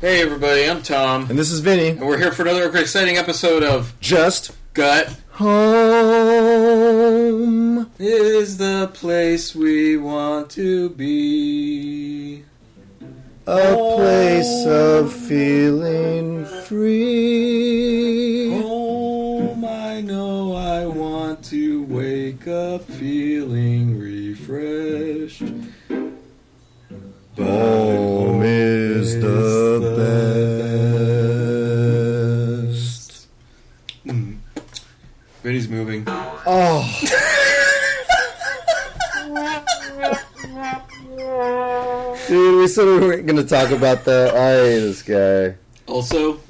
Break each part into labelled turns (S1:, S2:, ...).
S1: Hey everybody, I'm Tom,
S2: And this is Vinny.
S1: and we're here for another exciting episode of
S2: Just
S1: Gut
S2: home.
S1: is the place we want to be.
S2: A place of feeling free.
S1: Home, I know I want to wake up feeling refreshed.
S2: Home is the best.
S1: Mm. Vinny's moving.
S2: Oh. Dude, we said we weren't going to talk about that. I hate this guy.
S1: Also,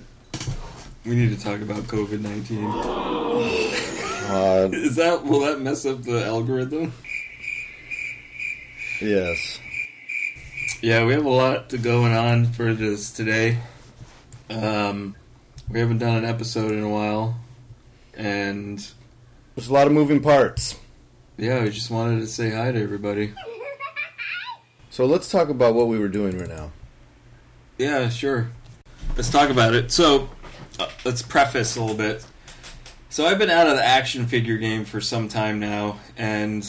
S1: we need to talk about COVID 19.
S2: God.
S1: Is that, will that mess up the algorithm?
S2: Yes.
S1: Yeah, we have a lot to going on for this today. Um, we haven't done an episode in a while, and
S2: There's a lot of moving parts.
S1: yeah, we just wanted to say hi to everybody.
S2: So let's talk about what we were doing right now.
S1: Yeah, sure. Let's talk about it. So, uh, let's preface a little bit. So, I've been out of the action figure game for some time now, and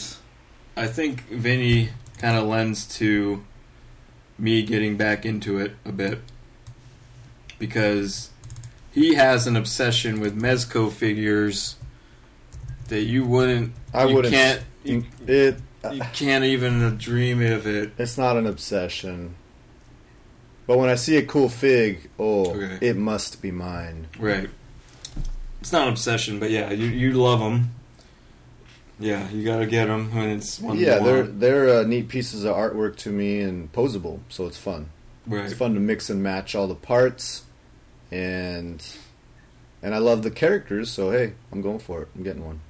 S1: I think Vinny kind of lends to me getting back into it a bit because he has an obsession with Mezco figures that you wouldn't,
S2: I
S1: you
S2: wouldn't.
S1: can't, you,
S2: it.
S1: you can't even dream of it.
S2: It's not an obsession. But when I see a cool fig, oh,
S1: Okay.
S2: it must be mine.
S1: Right. It's not an obsession, but yeah, you you love them. Yeah, you gotta get them when it's one.
S2: yeah,
S1: to
S2: they're
S1: one.
S2: they're uh, neat pieces of artwork to me and posable, so it's fun.
S1: right.
S2: It's fun to mix and match all the parts, and and I love the characters. So hey, I'm going for it. I'm getting one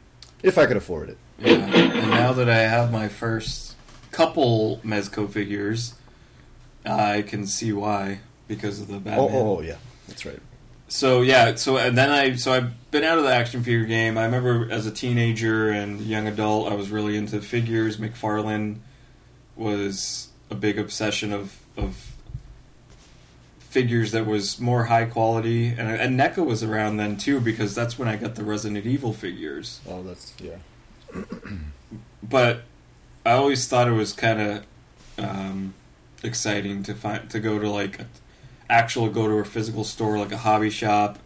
S2: if I could afford it.
S1: Yeah, and now that I have my first couple Mezco figures, I can see why because of the
S2: Oh,
S1: Batman.
S2: oh, oh, yeah, that's right.
S1: So yeah, so and then I so I've been out of the action figure game. I remember as a teenager and young adult, I was really into figures. McFarlane was a big obsession of of figures that was more high quality, and and NECA was around then too because that's when I got the Resident Evil figures
S2: Oh, that's yeah.
S1: but I always thought it was kind of um, exciting to find to go to like a, actual go to a physical store like a hobby shop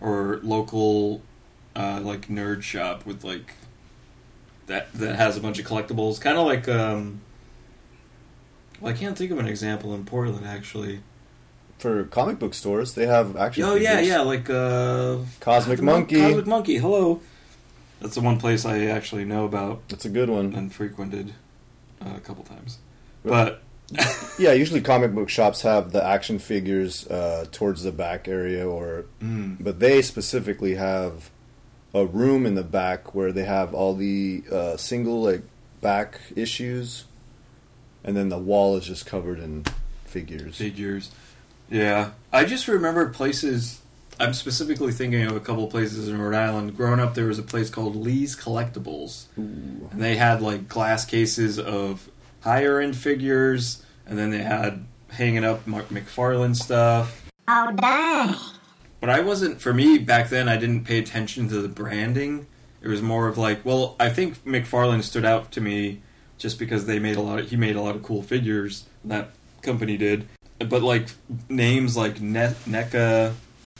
S1: or local uh, like nerd shop with like that that has a bunch of collectibles kind of like um well, I can't think of an example in Portland actually
S2: For comic book stores, they have action.
S1: oh yeah
S2: figures.
S1: yeah like uh
S2: Cosmic
S1: the Mon-
S2: Monkey.
S1: Cosmic Monkey hello that's the one place I actually know about
S2: That's a good one.
S1: and frequented uh, a couple times. But
S2: Yeah, usually comic book shops have the action figures uh, towards the back area, or
S1: mm,
S2: but they specifically have a room in the back where they have all the uh, single like back issues, and then the wall is just covered in figures.
S1: figures, yeah. I just remember places. I'm specifically thinking of a couple places in Rhode Island. Growing up, there was a place called Lee's Collectibles,
S2: Ooh.
S1: and they had like glass cases of higher end figures, and then they had hanging up Mark McFarlane stuff.
S3: Oh, dang.
S1: But I wasn't for me back then. I didn't pay attention to the branding. It was more of like, well, I think McFarlane stood out to me just because they made a lot. Of, he made a lot of cool figures. That company did, but like names like ne- NECA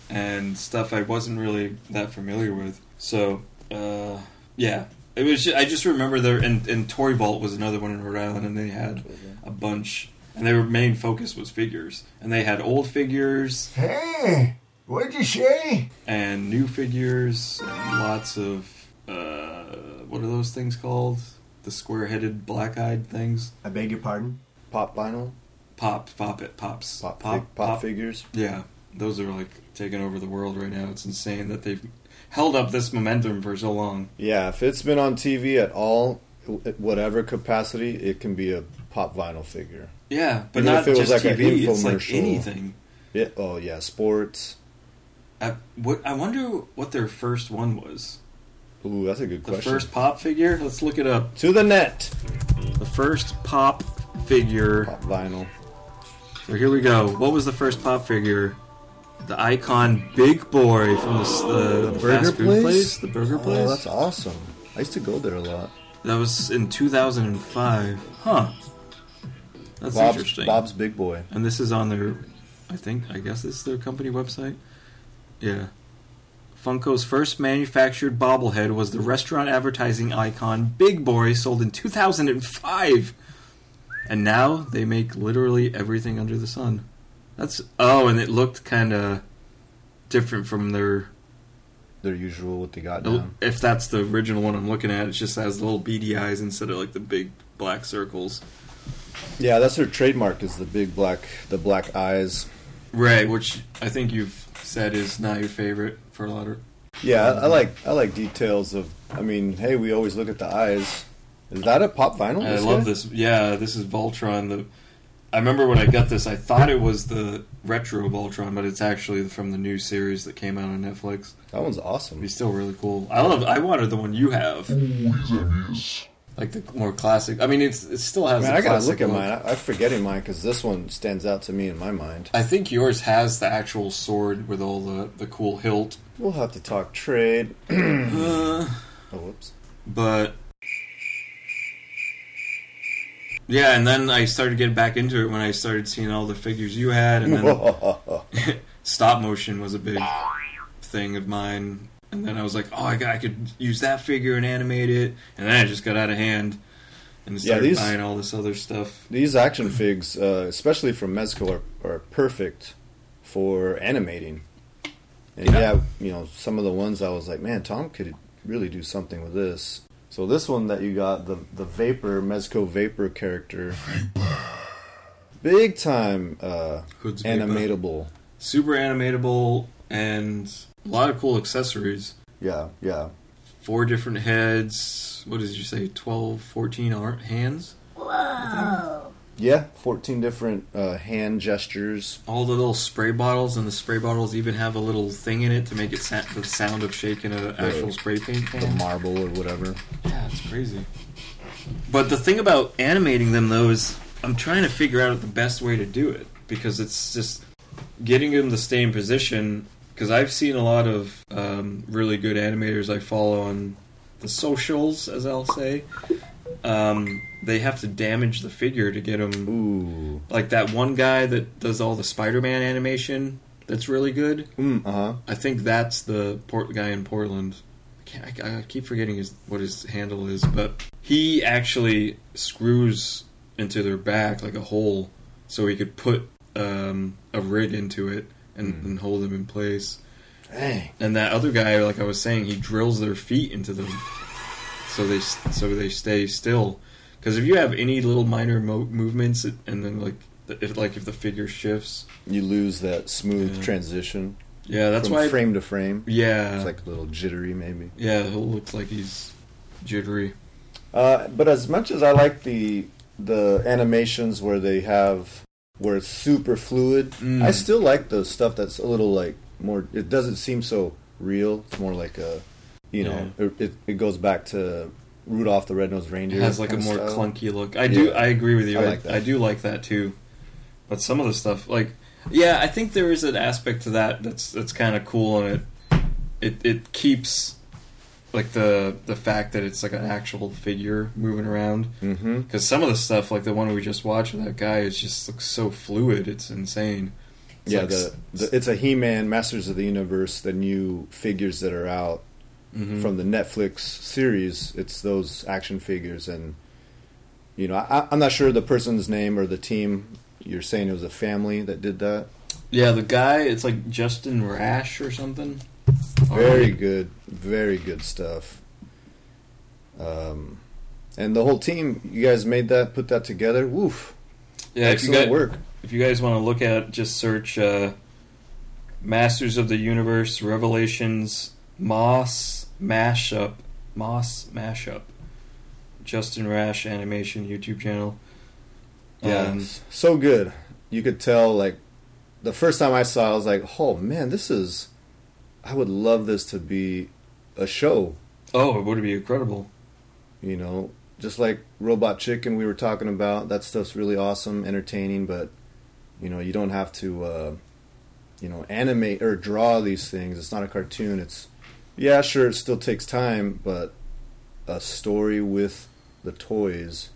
S1: and stuff, I wasn't really that familiar with. So uh, yeah, it was. Just, I just remember there, and, and Toy Vault was another one in Rhode Island, and they had a bunch, and their main focus was figures, and they had old figures
S4: Hey, what'd you say?
S1: and new figures and lots of uh, what are those things called? The square-headed, black-eyed things.
S4: I beg your pardon?
S2: Pop vinyl,
S1: Pop, pop it, pops,
S2: pop pop, pop, figures.
S1: Yeah, those are like taking over the world right now. It's insane that they've held up this momentum for so long.
S2: Yeah, if it's been on TV at all, w- at whatever capacity, it can be a pop vinyl figure.
S1: Yeah, but
S2: Even
S1: not
S2: if it was
S1: just
S2: like an
S1: TV. It's like
S2: infomercial.
S1: anything.
S2: Yeah. Oh yeah, sports.
S1: I, what, I wonder what their first one was.
S2: Ooh, that's a good
S1: The
S2: question.
S1: first pop figure. Let's look it up.
S2: to the net.
S1: The first pop figure
S2: Pop vinyl.
S1: So here we go. What was the first pop figure? The icon Big Boy from the, s- the, the fast food place? the burger place.
S2: Oh, that's awesome. I used to go there a lot.
S1: That was in 2005. Huh. That's
S2: Bob's,
S1: interesting.
S2: Bob's Big Boy.
S1: And this is on their, I think, I guess this is their company website. Yeah. Funko's first manufactured bobblehead was the restaurant advertising icon Big Boy, sold in 2005. And now they make literally everything under the sun. That's oh, and it looked kind of different from their.
S2: Their usual what they got down.
S1: If that's the original one I'm looking at, it just has little beady eyes instead of like the big black circles.
S2: Yeah, that's their trademark is the big black the black eyes.
S1: Right, which I think you've said is not your favorite for a lot of.
S2: Yeah, I, I like I like details of I mean, hey, we always look at the eyes. Is that a pop vinyl?
S1: I love this. Yeah, this is Voltron. The I remember when I got this, I thought it was the retro Voltron, but it's actually from the new series that came out on Netflix.
S2: guy? That one's awesome.
S1: He's still really cool. I love. I wanted the one you have, like the more classic. I mean, it's it still has.
S2: Man,
S1: the
S2: I gotta
S1: classic
S2: look at mine. I, I'm forgetting mine because this one stands out to me in my mind.
S1: I think yours has the actual sword with all the the cool hilt.
S2: We'll have to talk trade.
S1: Uh,
S2: Oh, whoops.
S1: but yeah, and then I started getting back into it when I started seeing all the figures you had, and then stop motion was a big thing of mine. And then I was like, oh, I, got, I could use that figure and animate it, and then it just got out of hand, and
S2: Yeah,
S1: started
S2: these-
S1: buying all this other stuff.
S2: These action figs, uh, especially from Mezco, are, are perfect for animating. And
S1: Yeah.
S2: yeah. you know, some of the ones I was like, man, Tom could really do something with this. So this one that you got, the the Vapor Mezco Vapor character, big time uh,
S1: Hood's big button.
S2: animatable.
S1: super animatable, and a lot of cool accessories.
S2: Yeah, yeah.
S1: Four different heads. What did you say? 12, 14 ar- hands.
S2: Yeah, 14 different uh, hand gestures.
S1: all the little spray bottles, and the spray bottles even have a little thing in it to make it sa- the sound of shaking an actual spray paint
S2: the
S1: can.
S2: marble or whatever.
S1: Yeah, it's crazy. But the thing about animating them though is I'm trying to figure out the best way to do it because it's just getting them to stay in position. Because I've seen a lot of um, really good animators I follow on the socials, as I'll say. Um, they have to damage the figure to get them
S2: Ooh.
S1: like that one guy that does all the Spider-Man animation that's really good.
S2: Mm, uh huh.
S1: I think that's the port guy in Portland. I, can't, I, I keep forgetting his, what his handle is, but he actually screws into their back like a hole, so he could put um, a rig into it and,
S2: Hmm.
S1: and hold them in place.
S2: Dang.
S1: And that other guy, like I was saying, he drills their feet into them, so they so they stay still. Because if you have any little minor mo- movements, it- and then like the- if like if the figure shifts,
S2: You lose that smooth
S1: Yeah.
S2: transition
S1: yeah, that's
S2: from
S1: why.
S2: frame to frame.
S1: yeah,
S2: It's like a little jittery, maybe.
S1: yeah, it looks like he's jittery.
S2: Uh, but as much as I like the the animations where they have where it's super fluid,
S1: Mm.
S2: I still like the stuff that's a little like more. It doesn't seem so real. It's more like a, you know, it, it, it goes back to Rudolph the Red-Nosed
S1: It
S2: Reindeer.
S1: has like a
S2: kinda
S1: more
S2: style.
S1: clunky look. I do.
S2: Yeah.
S1: I agree with you.
S2: I
S1: I,
S2: like that.
S1: I do like that too. But some of the stuff, like, yeah, I think there is an aspect to that that's that's kind of cool, and it it it keeps like the the fact that it's like an actual figure moving around.
S2: Mm-hmm.
S1: Because some of the stuff, like the one we just watched with that guy, it just looks so fluid. It's insane. It's
S2: yeah,
S1: like
S2: the, the it's a He-Man Masters of the Universe, the new figures that are out
S1: Mhm.
S2: from the Netflix series. It's those action figures, and you know, I, I'm not sure the person's name or the team. You're saying it was a family that did that.
S1: yeah, the guy. It's like Justin Rash or something. Uh-huh.
S2: Very good, very good stuff. Um, and the whole team, you guys made that, put that together. Woof,
S1: Yeah, if you
S2: excellent
S1: got,
S2: work.
S1: if you guys want to look at, just search uh, "Masters of the Universe Revelations Moss Mashup." Moss Mashup. Justin Rash animation YouTube channel.
S2: Yeah,
S1: Um,
S2: so good. You could tell, like, the first time I saw, it, I was like, "Oh man, this is." I would love this to be a show.
S1: oh, it would be incredible.
S2: You know, just like Robot Chicken we were talking about. That stuff's really awesome, entertaining, but You know, you don't have to, uh, you know, animate or draw these things. It's not a cartoon. It's yeah, sure, it still takes time, but a story with the toys.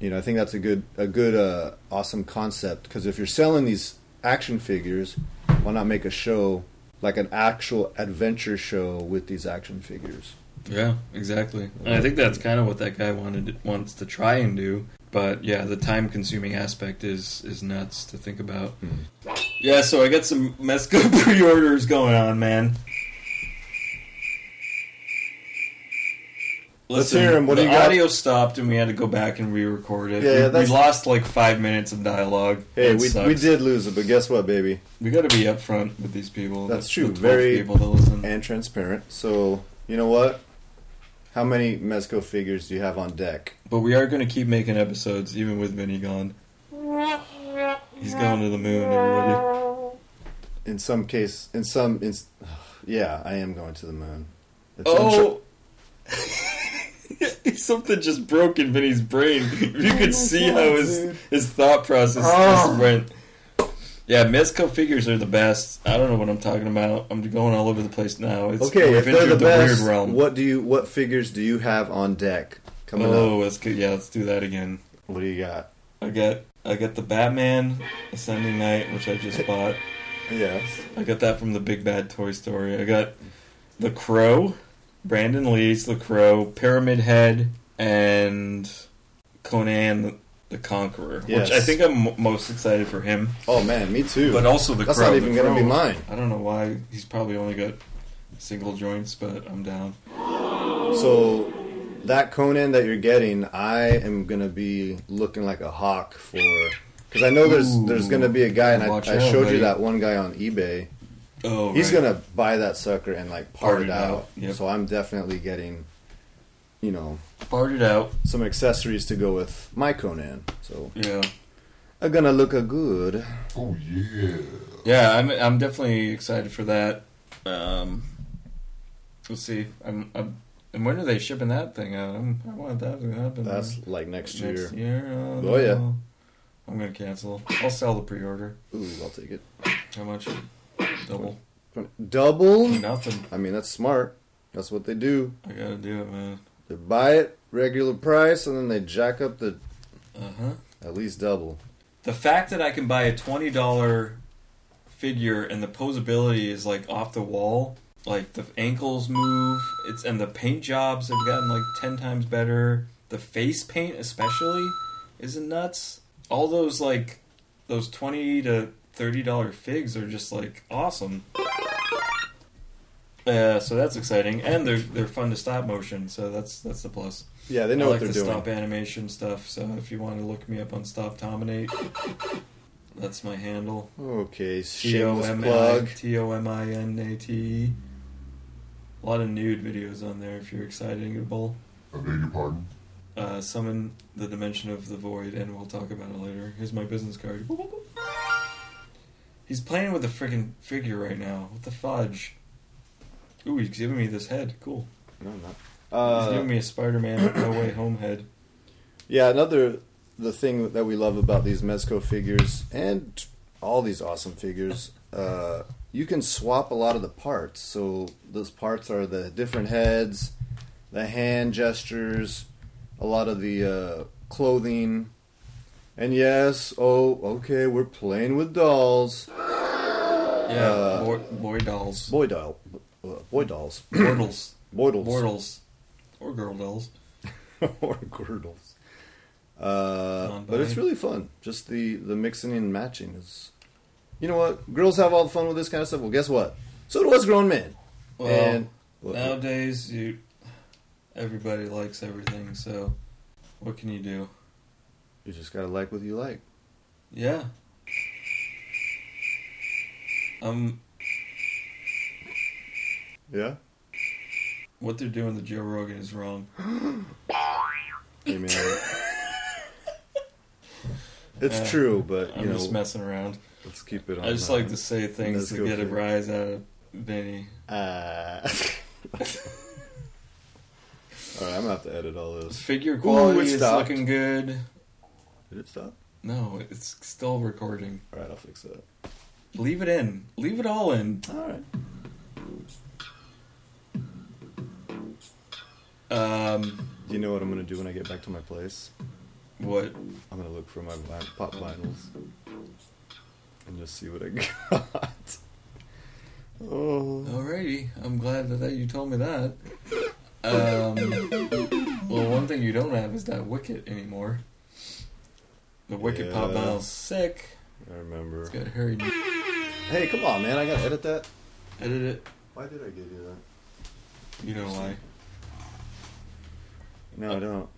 S2: You know, I think that's a good, a good, uh, awesome concept. Because if you're selling these action figures, why not make a show like an actual adventure show with these action figures?
S1: Yeah, exactly. And I think that's kind of what that guy wanted wants to try and do. But yeah, the time consuming aspect is is nuts to think about. Yeah, so I got some Mezco pre orders going on, man.
S2: Let's
S1: Listen,
S2: hear 'em. What
S1: the
S2: do you got?
S1: audio stopped, and we had to go back and re-record it.
S2: Yeah,
S1: we,
S2: yeah,
S1: we
S2: that's-
S1: lost like five minutes of dialogue.
S2: Hey,
S1: It
S2: we,
S1: sucks.
S2: we did lose it, but guess what, baby?
S1: We got to be upfront with these people.
S2: That's
S1: the-
S2: true,
S1: The 12
S2: very-
S1: people that listen.
S2: And transparent. So, you know what? How many Mezco figures do you have on deck?
S1: But we are going to keep making episodes, even with Vinny gone. He's going to the moon, everybody.
S2: In some case, in some, in, yeah, I am going to the moon. It's untra-
S1: Oh! Something just broke in Vinny's brain. If you could see
S2: God,
S1: how his,
S2: dude.
S1: his thought process
S4: Oh.
S2: Ah.
S1: just went. Yeah, Mezco figures are the best. I don't know what I'm talking about. I'm going all over the place now. It's,
S2: okay,
S1: we've
S2: if they're
S1: entered
S2: the, best,
S1: weird realm.
S2: what do you, what figures do you have on deck coming
S1: oh,
S2: up?
S1: let's go- yeah, let's do that again.
S2: What do you got?
S1: I got I got the Batman Ascending Knight, which I just bought.
S2: Yes.
S1: I got that from the Big Bad Toy Story. I got The Crow, Brandon Lee's The Crow, Pyramid Head, and Conan the Conqueror,
S2: Yes.
S1: which I think I'm m- most excited for him.
S2: Oh man, me too.
S1: But also The
S2: That's
S1: Crow.
S2: not
S1: The
S2: even going to be
S1: Crow-
S2: mine.
S1: I don't know why. He's probably only got single joints, but I'm down.
S2: So that Conan that you're getting, I am gonna be looking like a hawk for because I know there's
S1: Ooh.
S2: there's gonna be a guy, and I,
S1: Watch
S2: I
S1: out,
S2: showed
S1: buddy.
S2: you that one guy on eBay.
S1: Oh,
S2: He's
S1: right.
S2: gonna buy that sucker and like part
S1: Part it
S2: it out.
S1: out, yep.
S2: So I'm definitely getting, you know,
S1: part it out.
S2: some accessories to go with my Conan. So
S1: Yeah.
S2: I'm gonna look a good.
S3: Oh yeah.
S1: Yeah, I'm I'm definitely excited for that. Um, we'll see. I'm, I'm and when are they shipping that thing out? I'm, I want that to happen.
S2: That's like next year.
S1: next year. Oh,
S2: Oh, yeah.
S1: no. I'm gonna cancel. I'll sell the pre-order.
S2: Ooh, I'll take it.
S1: How much? Double.
S2: Double.
S1: Nothing.
S2: I mean, that's smart. That's what they do.
S1: I gotta do it, man.
S2: They buy it regular price, and then they jack up the
S1: Uh huh.
S2: at least double.
S1: The fact that I can buy a twenty dollar figure and the posability is like off the wall, like the ankles move, it's and the paint jobs have gotten like ten times better. The face paint especially isn't nuts. All those like those twenty to thirty dollar figs are just like awesome. Uh, so that's exciting, and they're they're fun to stop motion, so that's that's the plus.
S2: Yeah, they know
S1: I
S2: what
S1: like
S2: they're
S1: the
S2: doing.
S1: stop animation stuff, so if you want to look me up on Stop Dominate, that's my handle.
S2: Okay,
S1: T O
S2: shameless
S1: M I
S2: plug.
S1: T O M I N A T E. A lot of nude videos on there if you're excitable.
S3: I beg your pardon.
S1: Uh, summon the dimension of the void, and we'll talk about it later. Here's my business card. He's playing with the freaking figure right now. What the fudge? Ooh, he's giving me this head. Cool.
S2: No, I'm not.
S1: He's
S2: Uh,
S1: giving me a Spider-Man No Way Home head.
S2: yeah, another the thing that we love about these Mezco figures and all these awesome figures, uh, you can swap a lot of the parts. So those parts are the different heads, the hand gestures, a lot of the uh, clothing, and yes, oh, okay, we're playing with dolls,
S1: Yeah,
S2: Uh,
S1: boy, boy dolls.
S2: boy doll, uh, boy dolls,
S1: Mortals.
S2: boydles.
S1: Mortals. Or girl dolls.
S2: or girdles. Uh, but
S1: Non-binary.
S2: it's really fun. Just the the mixing and matching is. You know what? Girls have all the fun with this kind of stuff. Well, guess what? So do us grown men.
S1: Well,
S2: and
S1: nowadays you everybody likes everything, so what can you do?
S2: you just gotta like what you like.
S1: Yeah. Um
S2: Yeah.
S1: what they're doing to Joe Rogan is wrong.
S2: I mean, it's
S1: Yeah.
S2: true, but you
S1: I'm just
S2: know,
S1: messing around.
S2: let's keep it on.
S1: I just
S2: uh,
S1: like to say things
S2: Let's
S1: to
S2: go
S1: get a
S2: for it.
S1: rise out of Benny.
S2: Uh, all right, I'm gonna have to edit all
S1: The
S2: this.
S1: figure
S2: it
S1: quality is
S2: stopped.
S1: looking good.
S2: Did it stop?
S1: No, it's still recording.
S2: All right, I'll fix that.
S1: Leave it in. Leave it all in.
S2: All right.
S1: Um,
S2: Do you know what I'm gonna do when I get back to my place?
S1: what?
S2: I'm gonna look for my vi- pop vinyls and just see what I got. oh.
S1: Alrighty. I'm glad that, that you told me that. Um, well, one thing you don't have is that Wicket anymore. The Wicket Pop
S2: Yeah.
S1: Vinyls sick.
S2: I remember.
S1: It's got Harry.
S2: Hey, come on, man! I gotta edit that.
S1: Edit it.
S2: Why did I give you that?
S1: You know why.
S2: No, I don't.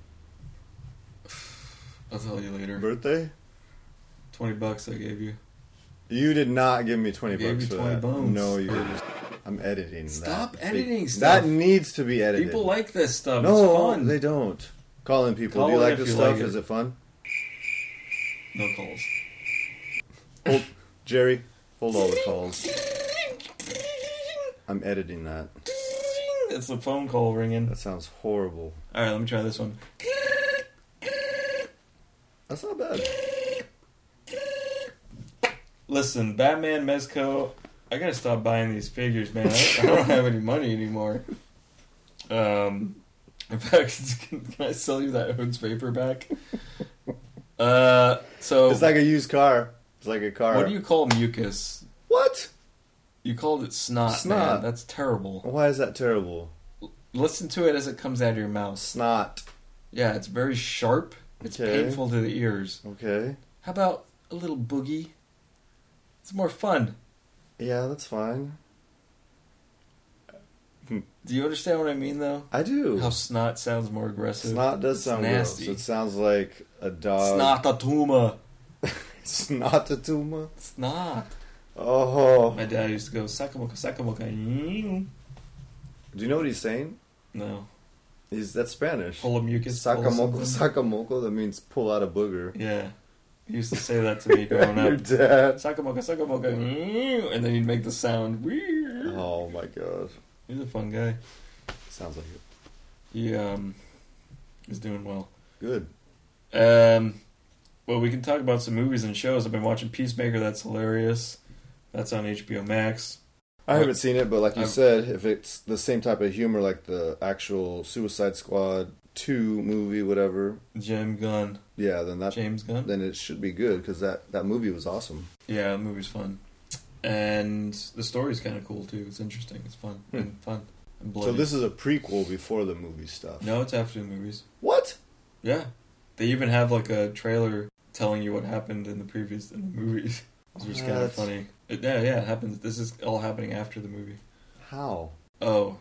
S1: I'll tell you later.
S2: Birthday?
S1: 20 bucks I gave you.
S2: You did not give me twenty
S1: I gave
S2: bucks
S1: you
S2: for
S1: 20
S2: that.
S1: bones.
S2: No, you. I'm editing.
S1: Stop
S2: that.
S1: editing
S2: They-
S1: stuff.
S2: That needs to be edited.
S1: People like this stuff. it's
S2: No,
S1: fun.
S2: they don't. Call in people.
S1: Call
S2: Do you
S1: in
S2: like
S1: if
S2: this
S1: you
S2: stuff?
S1: like it.
S2: Is it fun?
S1: No calls.
S2: Hold, Jerry, hold all the calls. I'm editing that.
S1: It's a phone call ringing.
S2: That sounds horrible.
S1: All right, let me try this one.
S2: That's not bad.
S1: Listen, Batman Mezco, I gotta stop buying these figures, man. I, I don't have any money anymore. Um, in fact, can, can I sell you that Hood's paperback? Uh, so
S2: It's like a used car. It's like a car.
S1: what do you call mucus?
S2: What?
S1: You called it snot, man.
S2: Snot.
S1: That's terrible.
S2: Why is that terrible?
S1: Listen to it as it comes out of your mouth.
S2: Snot.
S1: Yeah, it's very sharp. It's
S2: Okay.
S1: painful to the ears.
S2: Okay.
S1: How about a little boogie? It's more fun.
S2: Yeah, that's fine.
S1: Do you understand what I mean, though?
S2: I do.
S1: How snot sounds more aggressive.
S2: Snot does sound
S1: nasty.
S2: gross. uh, It sounds like a dog.
S1: Snotatuma.
S2: Snotatuma.
S1: Snot.
S2: Oh.
S1: My dad used to go sakamoka sakamoka.
S2: Do you know what he's saying?
S1: No,
S2: He's that's Spanish.
S1: pull a mucus. pull
S2: Sakamoko,
S1: something.
S2: sakamoko. That means pull out a booger.
S1: Yeah, he used to say that to me growing
S2: Your
S1: up.
S2: dad.
S1: Sakamoka sakamoka, and then he'd make the sound.
S2: Oh my god.
S1: He's a fun guy.
S2: Sounds like it.
S1: He um, is doing well.
S2: Good.
S1: Um, well, we can talk about some movies and shows. I've been watching Peacemaker. That's hilarious. That's on HBO Max.
S2: I haven't seen it, but like you
S1: I've-
S2: said, if it's the same type of humor like the actual Suicide Squad two movie, whatever,
S1: Jim Gunn,
S2: yeah, then that
S1: James Gunn.
S2: then it should be good because that that movie was awesome.
S1: Yeah, the movie's fun, and the story's kind of cool too. It's interesting. It's fun
S2: Hmm.
S1: and fun and bloody.
S2: So this is a prequel before the movie stuff.
S1: no, it's after the movies.
S2: What?
S1: Yeah, they even have like a trailer telling you what happened in the previous in the movies, which is kind of
S2: That's-
S1: funny. It, yeah, yeah, it happens. This is all happening after the movie.
S2: How?
S1: Oh,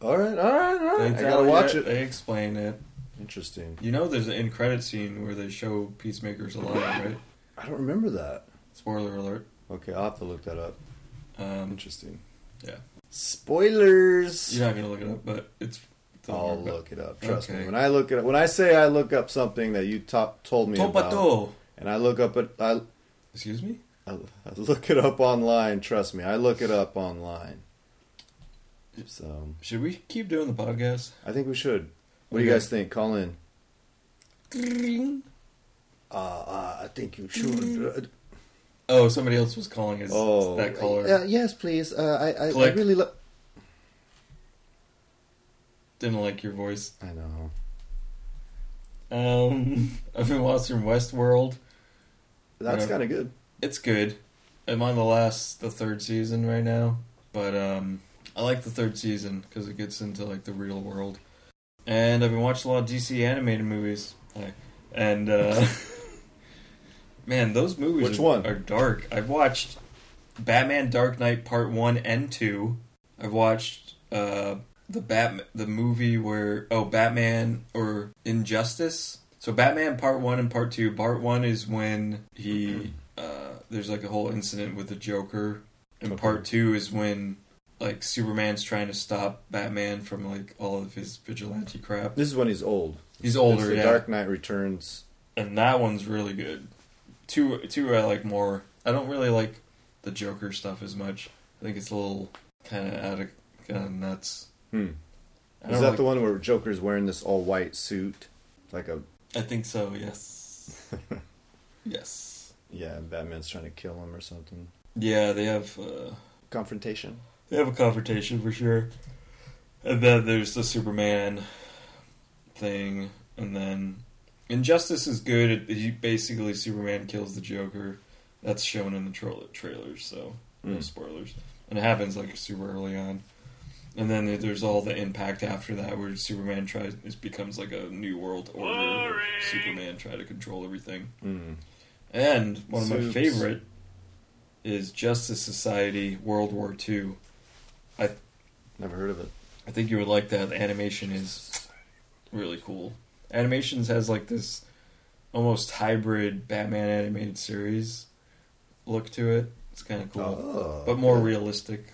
S2: All right, all right, all
S1: they
S2: right. I
S1: tell
S2: gotta
S1: you-
S2: watch it.
S1: They explain it.
S2: Interesting.
S1: You know, there's an end credit scene where they show Peacemaker's alive, right?
S2: I don't remember that.
S1: Spoiler alert.
S2: Okay, I'll have to look that up.
S1: Um,
S2: Interesting.
S1: Yeah.
S2: Spoilers.
S1: you're not gonna look it up, but it's. it's on
S2: I'll
S1: there, but-
S2: look it up. Trust
S1: Okay.
S2: me. When I look it up, when I say I look up something that you top, told me about,
S1: Topato.
S2: and I look up it, I,
S1: Excuse me.
S2: I I look it up online. Trust me, I look it up online. So
S1: Should we keep doing the podcast?
S2: I think we should. What do you
S1: Okay.
S2: guys think? Call in.
S1: Oh,
S2: Uh, uh, I think you should.
S1: Oh, somebody else was calling as
S2: Oh,
S1: Mm-hmm. that caller.
S2: Uh, yes, please. Uh, I, I, I
S1: Click.
S2: really. Lo-
S1: Didn't like your voice.
S2: I know.
S1: Um, I've been watching Westworld.
S2: That's
S1: Yeah.
S2: kind of good.
S1: It's good. I'm on the last, the third season right now, but um, I like the third season because it gets into like the real world. And I've been watching a lot of DC animated movies. Hi. And uh, man, those movies
S2: Which
S1: are,
S2: one?
S1: are dark. I've watched Batman: Dark Knight Part One and Two. I've watched uh, the Bat the movie where oh Batman or Injustice. So Batman Part One and Part Two. Part One is when he uh, there's like a whole incident with the Joker, and
S2: Okay.
S1: Part Two is when like Superman's trying to stop Batman from like all of his vigilante crap.
S2: This is when he's old.
S1: He's
S2: It's
S1: older,
S2: the
S1: yeah,
S2: Dark Knight Returns.
S1: and that one's really good. Two two I like more. I don't really like the Joker stuff as much. I think it's a little kind of out of kind of nuts.
S2: Hmm.
S1: I
S2: Is
S1: don't
S2: that
S1: like-
S2: the one where Joker's wearing this all white suit, like a
S1: I think so. Yes. Yes.
S2: Yeah, Batman's trying to kill him or something.
S1: Yeah, they have uh,
S2: Confrontation.
S1: they have a confrontation for sure, and then there's the Superman thing, and then Injustice is good. It, he basically Superman kills the Joker. That's shown in the tra- trailers, so no
S2: Mm.
S1: spoilers. And it happens like super early on. And then there- there's all the impact after that, where Superman tries it becomes like a new world order. where Superman try to control everything.
S2: Mm.
S1: And one of my
S2: Soups.
S1: favorite is Justice Society World War II.
S2: Never heard of it.
S1: I think you would like that. The animation is really cool. Animations has like this almost hybrid Batman animated series look to it. It's kind of cool,
S2: Oh,
S1: but more
S2: okay.
S1: realistic.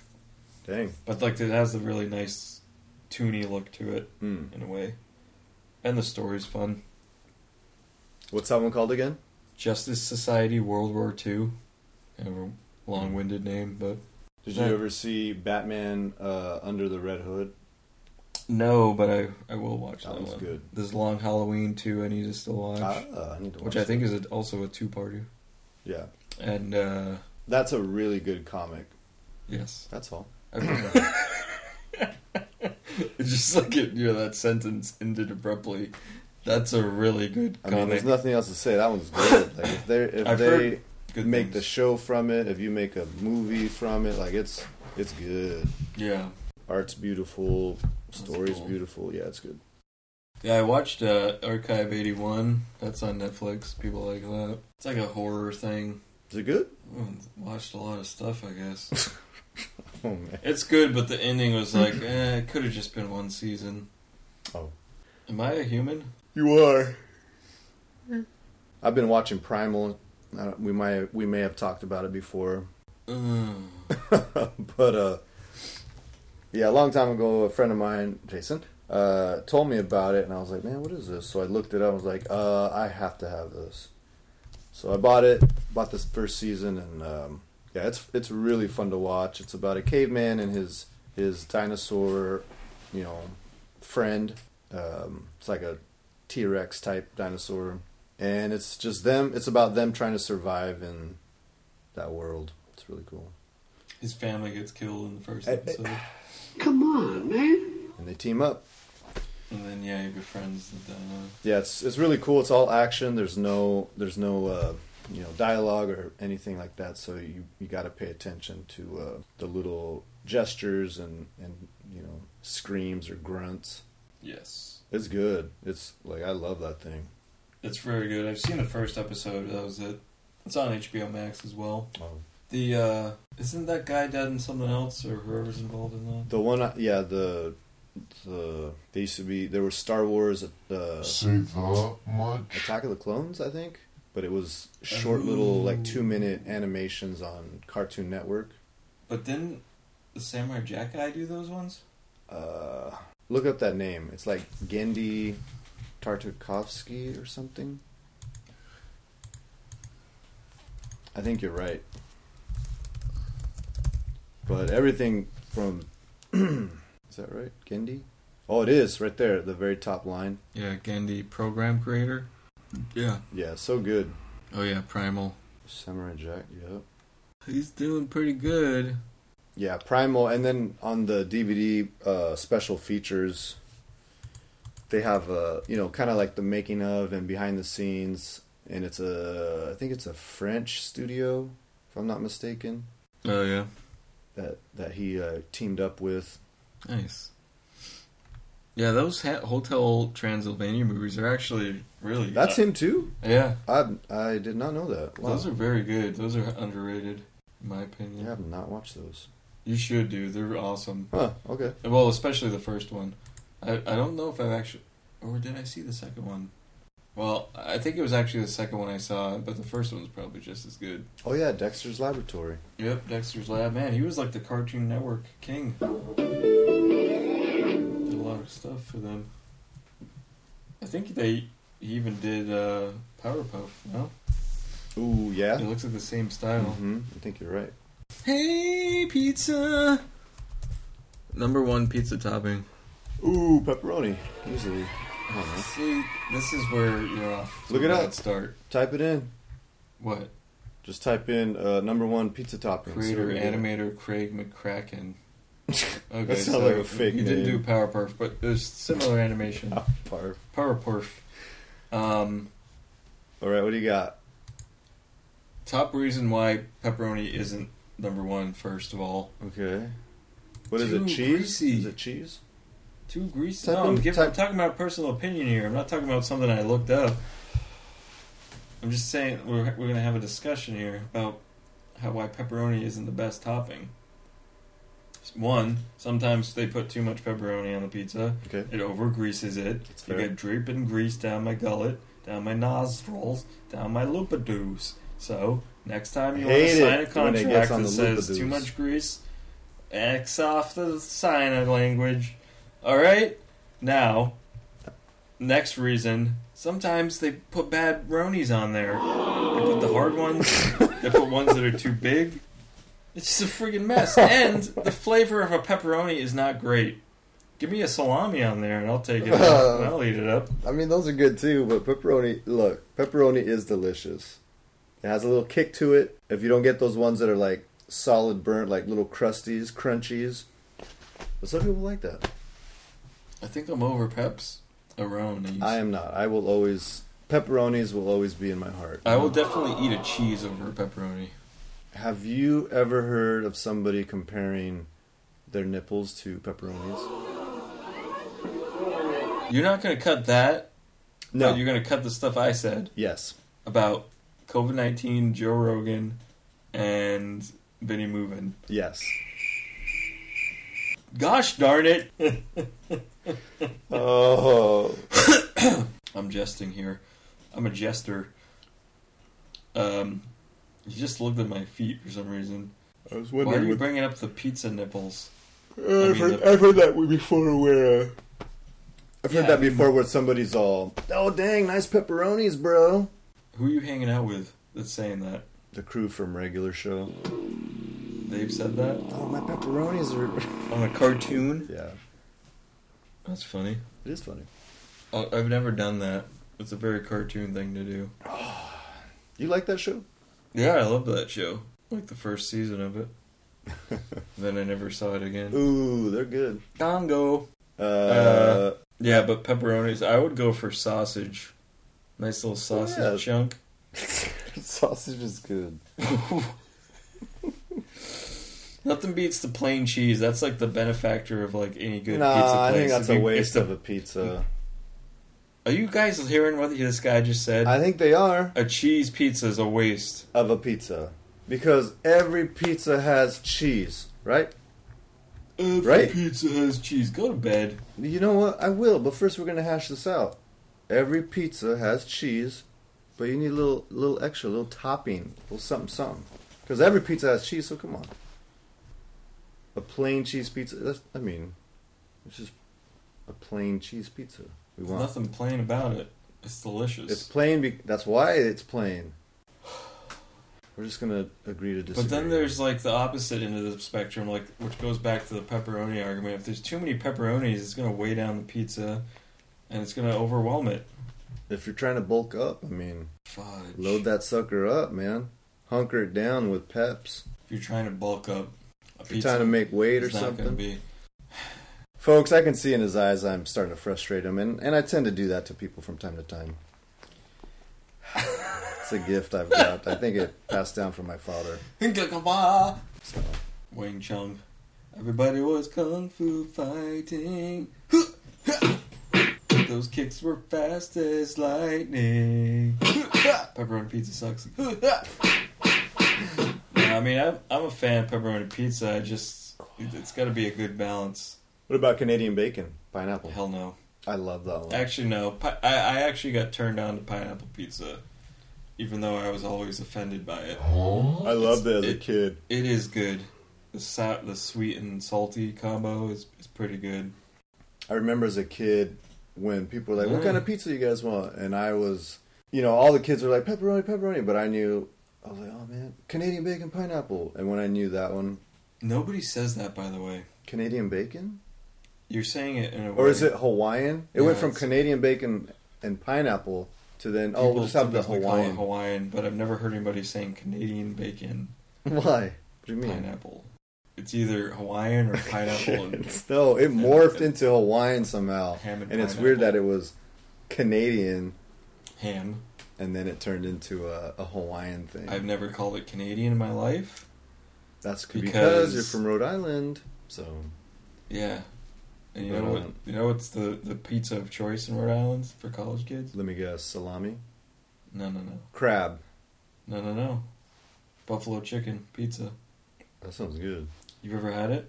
S2: Dang.
S1: But like it has a really nice toony look to it
S2: Mm.
S1: in a way. And the story's fun.
S2: What's that one called again?
S1: Justice Society World War II. Kind of a long-winded name, but
S2: Did
S1: Yeah.
S2: you ever see Batman uh, Under the Red Hood?
S1: No, but I, I will watch that,
S2: That was
S1: one.
S2: good.
S1: There's Long Halloween too. I need to still watch,
S2: Ah, I need to watch
S1: which I
S2: that.
S1: think is a, also a two parter.
S2: Yeah.
S1: And uh,
S2: That's a really good comic.
S1: yes,
S2: That's all.
S1: it's just like it, you know that sentence ended abruptly. That's a really good
S2: I
S1: comic.
S2: mean, there's nothing else to say. That one's good. Like if they if
S1: I've
S2: they
S1: heard good
S2: make the
S1: things.
S2: show from it, if you make a movie from it, like it's it's good.
S1: yeah,
S2: Art's beautiful, story's
S1: cool.
S2: beautiful. Yeah, it's good.
S1: yeah. I watched uh, Archive eighty one. That's on Netflix. People like that. It's like a horror thing.
S2: Is it good?
S1: Watched a lot of stuff, I guess.
S2: Oh man.
S1: It's good, but the ending was like, eh, it could have just been one season.
S2: Oh.
S1: Am I a human?
S2: You are. I've been watching Primal. I don't- We might we may have talked about it before,
S1: Uh,
S2: but uh, yeah, a long time ago, a friend of mine, Jason, uh, told me about it, and I was like, "Man, what is this?" So I looked it up. and was like, "Uh, I have to have this." So I bought it. Bought this first season, and um, yeah, it's it's really fun to watch. It's about a caveman and his his dinosaur, you know, friend. Um, it's like a T Rex type dinosaur, and it's just them. It's about them trying to survive in that world. It's really cool.
S1: his family gets killed in the first
S2: I- I-
S1: episode,
S5: Come on, man.
S2: and they team up.
S1: and then yeah, he befriends the dino.
S2: Yeah, it's it's really cool. It's all action. There's no there's no uh, you know dialogue or anything like that. So you you got to pay attention to uh, the little gestures and and you know screams or grunts.
S1: Yes,
S2: It's good. It's like I love that thing.
S1: it's very good. I've seen the first episode. That was it. It's on HBO Max as well.
S2: Oh.
S1: The uh isn't that guy dead in something else or whoever's involved in that?
S2: The one, I, yeah, the the they used to be there was Star Wars uh,
S3: Say that much.
S2: Attack of the Clones, I think, but it was short little like two minute animations on Cartoon Network.
S1: But didn't the Samurai Jack guy do those ones?
S2: uh, look up that name. It's like Gendy Tartakovsky or something. I think you're right. But everything from is that right? Gendy? Oh, it is right there, the very top line.
S1: Yeah, Gandhi, program creator. Yeah.
S2: Yeah, so good.
S1: Oh yeah, Primal.
S2: Samurai Jack. Yep.
S1: He's doing pretty good.
S2: Yeah, Primal, and then on the DVD uh, special features, they have uh, you know kind of like the making of and behind the scenes, and it's a I think it's a French studio, if I'm not mistaken,
S1: Oh yeah.
S2: that that he uh, teamed up with.
S1: Nice. Yeah, those ha- Hotel Transylvania movies are actually really.
S2: That's him too.
S1: Yeah,
S2: I I did not know that. Wow.
S1: those are very good. Those are underrated, in my
S2: I
S1: opinion.
S2: have not watched those.
S1: You should do. They're awesome.
S2: Huh? Okay.
S1: Well, especially the first one. I I don't know if I've actually, or did I see the second one? Well, I think it was actually the second one I saw, but the first one's probably just as good.
S2: Oh yeah, Dexter's Laboratory.
S1: Yep, Dexter's Lab. Man, he was like the Cartoon Network king. Did a lot of stuff for them. I think they he even did uh, Powerpuff. No,
S2: Ooh
S1: it
S2: yeah.
S1: looks like the same style.
S2: hmm I think you're right.
S1: Hey, pizza. Number one pizza topping.
S2: Ooh pepperoni easily. I don't know.
S1: See, this is where you're off. to
S2: Look it
S1: a bad
S2: up.
S1: Start.
S2: Type it in.
S1: What?
S2: Just type in uh, number one pizza toppings.
S1: Creator,
S2: Here we go.
S1: animator Craig McCracken. Okay,
S2: that sounds
S1: so
S2: like a fake
S1: You didn't
S2: name.
S1: do Powerpuff, but there's similar animation.
S2: Oh, barf.
S1: Powerpuff. Um,
S2: All right, what do you got?
S1: top reason why pepperoni isn't number one. First of all,
S2: Okay. What is it?
S1: Too
S2: Cheese?
S1: greasy.
S2: Is it cheese?
S1: too greasy.
S2: Type
S1: No, I'm,
S2: in-
S1: giving, I'm
S2: type-
S1: talking about personal opinion here. I'm not talking about something I looked up. I'm just saying we're we're gonna have a discussion here about how why pepperoni isn't the best topping. One, sometimes they put too much pepperoni on the pizza.
S2: Okay.
S1: It overgreases it.
S2: That's
S1: You
S2: fair.
S1: get dripping grease down my gullet, down my nostrils, down my loopadoos. So next time you want to
S2: Hate
S1: sign a
S2: it when it gets
S1: contract
S2: on
S1: that
S2: the
S1: says too
S2: loopadoos.
S1: much grease, X off the sign language. All right. Now, next reason. Sometimes they put bad ronies on there. They put the hard ones. they put ones that are too big. It's just a friggin' mess. And the flavor of a pepperoni is not great. Give me a salami on there, and I'll take it. and I'll eat it up.
S2: I mean, those are good too, but pepperoni, look, pepperoni is delicious. It has a little kick to it. If you don't get those ones that are like solid burnt, like little crusties, crunchies. But some people like that.
S1: I think I'm over Peps. Aronis.
S2: I am not. I will always, pepperonis will always be in my heart.
S1: I will definitely eat a cheese over a pepperoni.
S2: Have you ever heard of somebody comparing their nipples to pepperonis?
S1: You're not going to cut that.
S2: No.
S1: But you're going to cut the stuff I said
S2: yes.
S1: about COVID 19, Joe Rogan, and Vinny Movin.
S2: Yes.
S1: Gosh darn it!
S2: Oh.
S1: I'm jesting here. I'm a jester. Um, you just looked at my feet for some reason.
S2: I was
S1: Why are
S2: wondering
S1: you
S2: what.
S1: bringing up the pizza nipples?
S2: Uh, I've,
S1: I mean,
S2: heard,
S1: the-
S2: I've heard that one before where. Uh, I've heard
S1: Yeah,
S2: that
S1: I mean-
S2: before where somebody's all, oh dang, nice pepperonis, bro.
S1: Who are you hanging out with that's saying that?
S2: The crew from regular show.
S1: They've said that?
S2: Oh, my pepperonis are.
S1: On a cartoon?
S2: yeah,
S1: That's funny.
S2: it is funny.
S1: Uh, I've never done that. It's a very cartoon thing to do.
S2: You like that show?
S1: Yeah, I loved that show. Like the first season of it. then I never saw it again.
S2: Ooh, they're good.
S1: Congo.
S2: Uh,
S1: Uh, Yeah, but pepperonis. I would go for sausage. Nice little sausage
S2: Yeah.
S1: chunk.
S2: sausage is good.
S1: Nothing beats the plain cheese. That's like the benefactor of like any good
S2: nah,
S1: pizza
S2: I
S1: place.
S2: think
S1: If
S2: that's
S1: you-
S2: a
S1: if
S2: waste
S1: the-
S2: of a pizza.
S1: Are you guys hearing what this guy just said?
S2: I think they are
S1: a cheese pizza is a waste.
S2: of a pizza because every pizza has cheese, right?
S1: Every
S2: Right.
S1: pizza has cheese. Go to bed.
S2: You know what? I will, but first we're gonna hash this out. Every pizza has cheese, but you need a little, little extra, a little topping, a little something, something. Because every pizza has cheese, so come on. A plain cheese pizza. That's, I mean, it's just a plain cheese pizza. We
S1: There's
S2: want
S1: nothing plain about it. It's delicious.
S2: it's plain. Be- that's why it's plain. We're just gonna agree to disagree.
S1: But then there's like the opposite end of the spectrum, like which goes back to the pepperoni argument. If there's too many pepperonis, it's gonna weigh down the pizza, and it's gonna overwhelm it.
S2: if you're trying to bulk up, I mean,
S1: Fudge.
S2: load that sucker up, man. Hunker it down with peps.
S1: If you're trying to bulk up, a
S2: If you're trying to make weight or
S1: it's not gonna
S2: something.
S1: be.
S2: Folks, I can see in his eyes I'm starting to frustrate him, and, and I tend to do that to people from time to time. it's a gift I've got. I think it passed down from my father.
S1: Hinka-ka-ba.
S2: So,
S1: Wing Chun. Everybody was kung fu fighting. Those kicks were fast as lightning. pepperoni pizza sucks. Yeah, I mean, I'm, I'm a fan of pepperoni pizza. I just, it's got to be a good balance.
S2: what about Canadian bacon? Pineapple.
S1: Hell no.
S2: I love that one.
S1: Actually, no. Pi- I, I actually got turned on to pineapple pizza, even though I was always offended by it.
S2: I loved it as a
S1: it-
S2: kid.
S1: It is good. The sa- the sweet and salty combo is, is pretty good.
S2: I remember as a kid when people were like, "What
S1: Mm.
S2: kind of pizza you guys want?" and I was, you know, all the kids were like, "Pepperoni, pepperoni," but I knew. I was like, "Oh man, Canadian bacon, pineapple," and when I knew that one,
S1: Nobody says that, by the way.
S2: Canadian bacon.
S1: You're saying it in a way.
S2: Or is it Hawaiian? It
S1: Yeah,
S2: went from
S1: it's-
S2: Canadian bacon and pineapple to then oh we'll just have the
S1: typically call it
S2: Hawaiian.
S1: Hawaiian, but I've never heard anybody saying Canadian bacon
S2: Why? What do you mean?
S1: pineapple. It's either Hawaiian or pineapple and
S2: no, it morphed into Hawaiian somehow,
S1: Ham and
S2: and it's weird that
S1: pineapple.
S2: it was Canadian
S1: ham.
S2: and then it turned into a, a Hawaiian thing.
S1: I've never called it Canadian in my life.
S2: That's c-
S1: because-
S2: because, you're from Rhode Island, so
S1: Yeah. And you know what?
S2: Right.
S1: You know what's the, the pizza of choice in Rhode Island for college kids?
S2: let me guess: salami,
S1: No, no, no,
S2: crab.
S1: no, no, no. Buffalo chicken pizza.
S2: That sounds good.
S1: You've ever had it?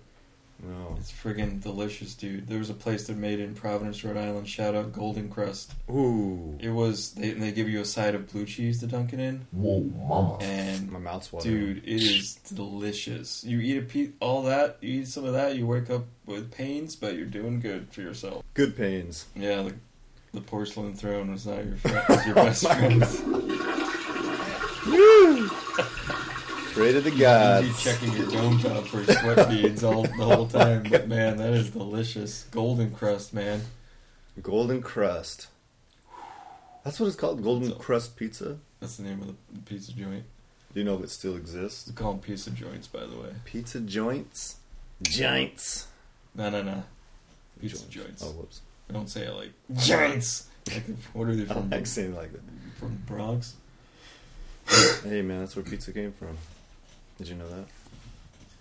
S2: No.
S1: It's friggin' delicious, dude. There was a place that made it in Providence, Rhode Island. Shout out Golden Crust.
S2: Ooh,
S1: It was they they give you a side of blue cheese to dunk it in,
S3: Whoa, mama.
S1: and
S2: my mouth's watering.
S1: dude, it is delicious. You eat a piece, all that. You eat some of that. You wake up with pains, but you're doing good for yourself.
S2: Good pains.
S1: Yeah, the, the porcelain throne was not your friend, was your best friend.
S2: Pray to the
S1: You'd be
S2: gods.
S1: checking your dome top for sweat beads all the whole time. But man, that is delicious. Golden crust, man.
S2: Golden crust. That's what it's called. Golden
S1: So-
S2: crust pizza.
S1: That's the name of the pizza joint.
S2: Do you know if it still exists?
S1: It's called pizza joints, by the way.
S2: Pizza joints. Joints.
S1: No, no, no. Pizza joints.
S2: Oh, whoops.
S1: I don't say it like joints. Like, what are they
S2: I
S1: from?
S2: like saying it like that.
S1: From the Bronx?
S2: Hey, man, that's where pizza came from. Did you know that?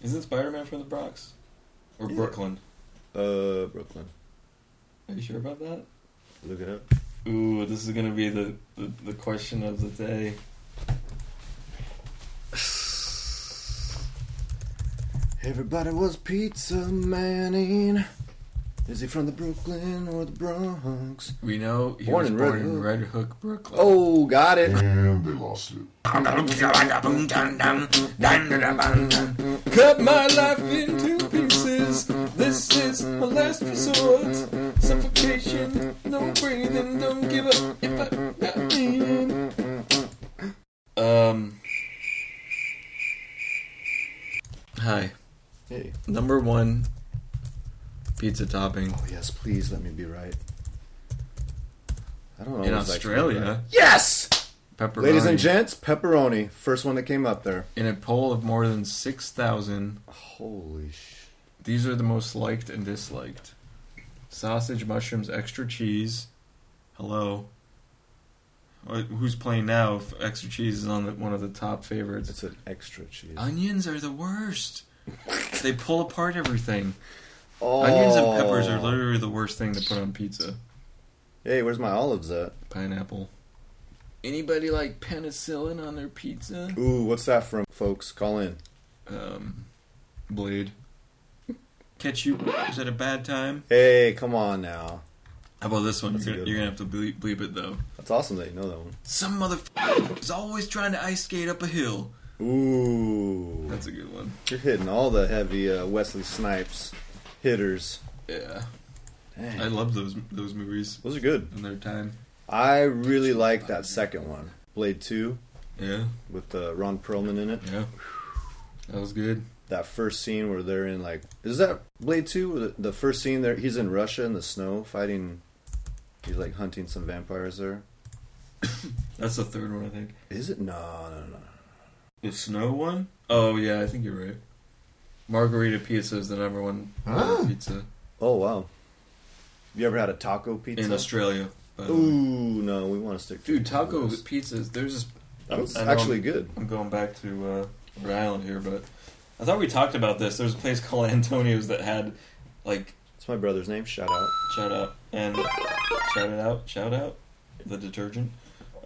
S1: Isn't Spider-Man from the Bronx or
S2: Yeah.
S1: Brooklyn?
S2: Uh, Brooklyn.
S1: Are you sure about that?
S2: Look it up.
S1: Ooh, this is gonna be the, the, the question of the day.
S2: Everybody was pizza manning. Is he from the Brooklyn or the Bronx?
S1: We know he
S2: Born
S1: was
S2: in Red
S1: born in
S2: Hook.
S1: Red Hook, Brooklyn.
S2: Oh, got it.
S3: And they lost it.
S1: Cut my life into pieces. This is my last resort. Suffocation, no breathing, don't give up if I got in. Um. Hi.
S2: Hey.
S1: Number one pizza topping
S2: Oh, yes, please let me be right. I don't know.
S1: in Australia.
S2: Yes!
S1: Pepperoni.
S2: Ladies and gents, pepperoni. First one that came up there.
S1: In a poll of more than 6,000,
S2: Holy sh.
S1: these are the most liked and disliked sausage, mushrooms, extra cheese. Hello. Uh, Who's playing now if extra cheese is on the, one of the top favorites?
S2: It's an extra cheese.
S1: Onions are the worst. they pull apart everything.
S2: Oh.
S1: Onions and peppers are literally the worst thing to put on pizza.
S2: Hey, where's my olives at?
S1: Pineapple. Anybody like penicillin on their pizza?
S2: Ooh, what's that from, folks? Call in.
S1: um, blade. Catch you at a bad time.
S2: Hey, come on now.
S1: How about this one?
S2: That's a
S1: you're gonna,
S2: good
S1: you're gonna have to bleep, bleep it though.
S2: That's awesome that you know that one.
S1: Some motherfucker is always trying to ice skate up a hill.
S2: Ooh.
S1: That's a good one.
S2: You're hitting all the heavy uh, Wesley Snipes hitters.
S1: Yeah,
S2: Dang.
S1: I love those those movies
S2: Those are good.
S1: in their time.
S2: I really like that second one, Blade 2,
S1: Yeah,
S2: with uh, Ron Perlman in it.
S1: yeah, that was good.
S2: That first scene where they're in, like, is that Blade 2? The- The first scene there, he's in Russia in the snow fighting, he's like hunting some vampires there.
S1: That's the third one, I think.
S2: Is it? No, no, no.
S1: The snow one? Oh yeah, I think you're right. Margarita pizza is the number one
S4: Huh?
S1: pizza
S2: Oh, wow. You ever had a taco pizza?
S1: in Australia. by the way.
S2: Ooh, no, we want to stick to
S1: Dude, taco
S2: That
S1: pizzas. There's this
S2: was
S1: I know
S2: actually
S1: I'm-
S2: good.
S1: I'm going back to uh, Rhode Island here, but I thought we talked about this. There's a place called Antonio's that had like
S2: It's my brother's name. Shout out.
S1: shout out and shout it out, shout out the detergent.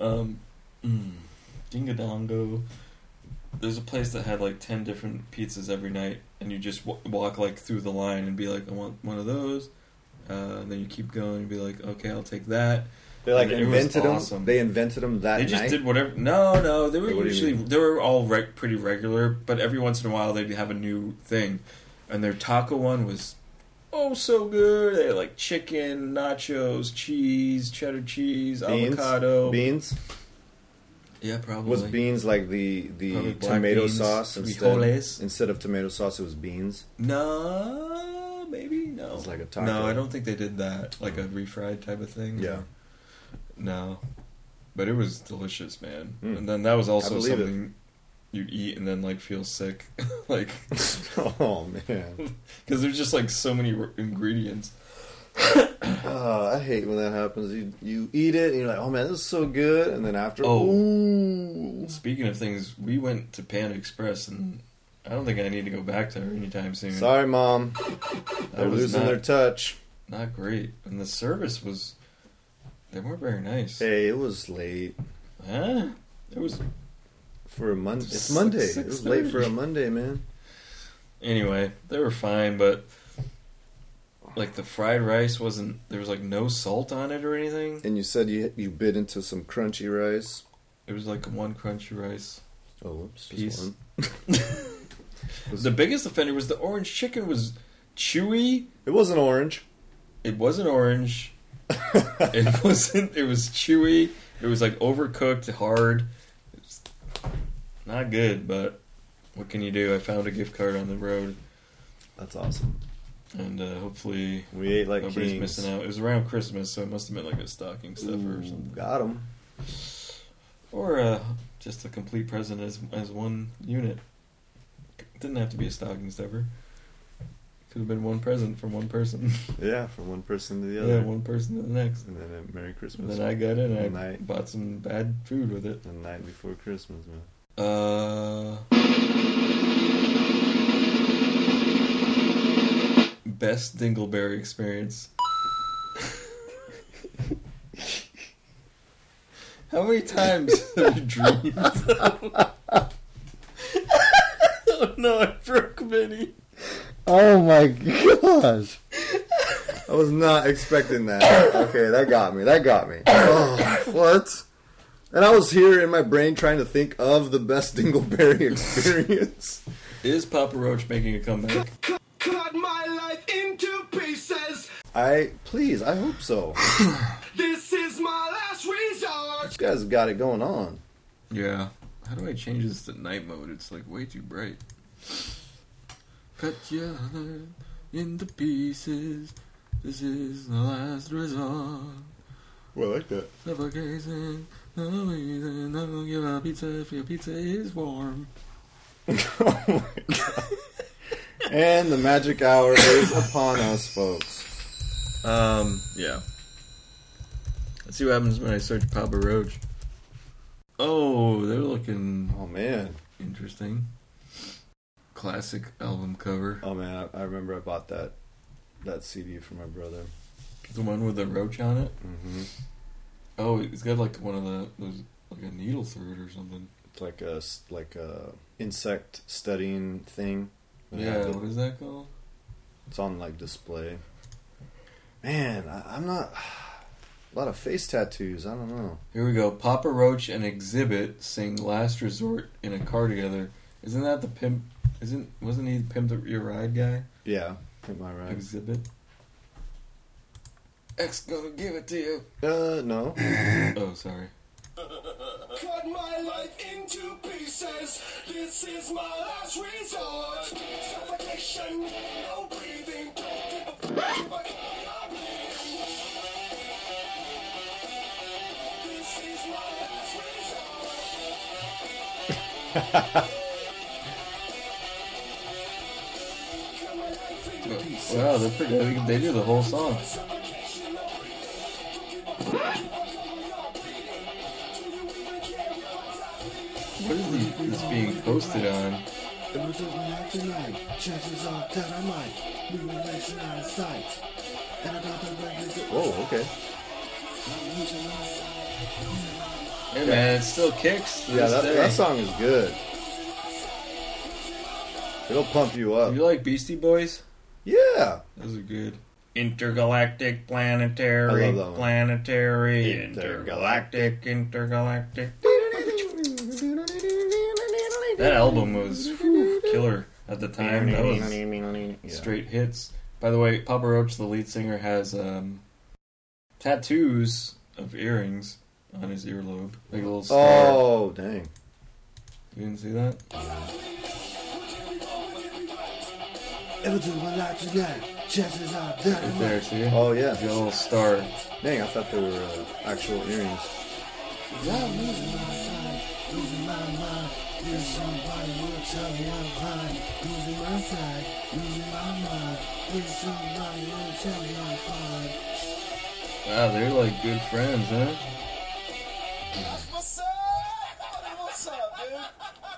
S1: Um, mm, dingadongo. There's a place that had like ten different pizzas every night, and you just w- walk like through the line and be like, I want one of those. Uh, and then you keep going and be like, okay, I'll take that.
S2: They like
S1: It was
S2: invented
S1: awesome.
S2: them. They invented them that
S1: They just
S2: night.
S1: did whatever. No, no, they were
S2: What do you
S1: usually
S2: mean?
S1: they were all reg- pretty regular, but every once in a while they'd have a new thing. And their taco one was oh so good. They had like chicken, nachos, cheese, cheddar cheese,
S2: beans.
S1: avocado.
S2: Beans
S1: Yeah, probably.
S2: was beans like the
S1: Probably
S2: the
S1: black
S2: tomato
S1: beans,
S2: sauce
S1: frijoles.
S2: instead instead of tomato sauce it was beans.
S1: No, maybe Oh. no.
S2: It's like a taco. Hmm.
S1: No, I don't think they did that. Like a refried type of thing.
S2: Yeah.
S1: No. but it was delicious, man. And then that was also
S2: Hmm. believe it.
S1: something you'd eat and then like feel sick, like
S2: oh man,
S1: because there's just like so many r- ingredients.
S2: uh, I hate when that happens. You you eat it and you're like, oh man, this is so good, and then after,
S1: Oh.
S2: ooh,
S1: Speaking of things, we went to Panda Express, and I don't think I need to go back there anytime soon.
S2: sorry mom, they're
S1: that was
S2: losing
S1: not,
S2: their touch.
S1: not great, and the service was they weren't very nice.
S2: Hey, it was late
S1: Huh? It was
S2: for a Monday. It's
S1: Six-
S2: Monday.
S1: six
S2: It was late for a
S1: thirty.
S2: Monday, man.
S1: anyway, they were fine, but like the fried rice wasn't there was like no salt on it or anything.
S2: And you said you you bit into some crunchy rice.
S1: It was like one crunchy rice.
S2: Oh, whoops,
S1: Piece.
S2: just one.
S1: The biggest offender was the orange chicken was chewy.
S2: It wasn't orange.
S1: It wasn't orange. it wasn't. It was chewy. It was like overcooked, hard. It's not good, but what can you do? I found a gift card on the road,
S2: That's awesome.
S1: and uh, hopefully
S2: We ate like
S1: nobody's
S2: kings.
S1: missing out. It was around Christmas, so it must have been like a stocking stuffer or
S2: Ooh,
S1: something.
S2: got him.
S1: Or uh, just a complete present as as one unit. Didn't have to be a stocking stuffer. Could have been one present from one person.
S2: Yeah, from one person to the
S1: Yeah,
S2: other.
S1: one person to the next.
S2: And then a Merry
S1: And
S2: Christmas.
S1: then I got it and I
S2: And I-
S1: bought some bad food with it.
S2: The night before Christmas, man.
S1: Uh, best Dingleberry experience. How many times have you dreamed? oh no, I broke Vinny.
S2: Oh my gosh. I was not expecting that. Okay, that got me. That got me. Oh, what? And I was here in my brain trying to think of the best Dingleberry experience.
S1: Is Papa Roach making a comeback?
S6: Cut my life into pieces.
S2: I please, I hope so.
S6: This is my last resort.
S2: This guy's got it going on.
S1: Yeah. How do I change this to night mode? It's like way too bright. Cut your heart into pieces. This is the last resort.
S2: Well, I like that.
S1: Suffocation, no reason, no give up pizza if your pizza is warm.
S2: oh my god. and the magic hour is upon us, folks.
S1: Um, yeah. Let's see what happens when I search Papa Roach. Oh, they're looking
S2: Oh man.
S1: interesting. Classic album cover.
S2: Oh man, I, I remember I bought that that CD for my brother.
S1: The one with the roach on it?
S2: Mm-hmm.
S1: Oh, it's got like one of the those like a needle through it or something.
S2: It's like a s- like a insect studying thing. And they
S1: Yeah,
S2: have
S1: what
S2: the-
S1: is that called?
S2: it's on like display. Man, I, I'm not a lot of face tattoos. I don't know.
S1: Here we go. Papa Roach and Exhibit sing "Last Resort" in a car together. Isn't that the pimp? Isn't wasn't he the pimp your ride guy?
S2: Yeah, am I right?
S1: Exhibit. X gonna give it to you.
S2: Uh, no.
S1: Oh, sorry.
S6: Cut my life into pieces. This is my last resort. Suffocation, no breathing. Don't give a fuck about my bleeding. This is my last resort. Cut my life into pieces.
S1: Wow, they're pretty. I think they do the whole song.
S6: Suffocation, no breathing. Don't give a fuck about my bleeding. Do you even care if I die bleeding?
S1: What is this, this being posted on?
S7: It was over after night. Chances are that I might. We were racing out of sight. And I got the record that
S2: Oh, okay.
S7: I'm losing my sight.
S1: Hey man, it still kicks. To
S2: Yeah,
S1: this
S2: that,
S1: day.
S2: that song is good. It'll pump you up.
S1: You like Beastie Boys?
S2: Yeah.
S1: Those are good. Intergalactic, planetary,
S2: I love that one.
S1: planetary,
S2: Intergalactic.
S1: intergalactic. That album was whew, killer at the time. That was
S2: Straight.
S1: straight hits. By the way, Papa Roach, the lead singer, has um, tattoos of earrings on his earlobe, like a little star.
S2: Oh, dang.
S1: You didn't see that?
S7: It was over after night. Chances are that I
S1: Right
S7: might.
S1: there, see?
S2: Oh,
S1: He's got
S2: yeah.
S1: a little star.
S2: Dang, I thought they were uh, actual earrings.
S7: Yeah, I'm losing my sight, losing my mind. There's somebody will tell me I'm fine. Losing my sight, losing my mind. There's somebody will tell me I'm fine.
S1: Wow, they're like good friends, huh?
S6: What's up? What's up, dude?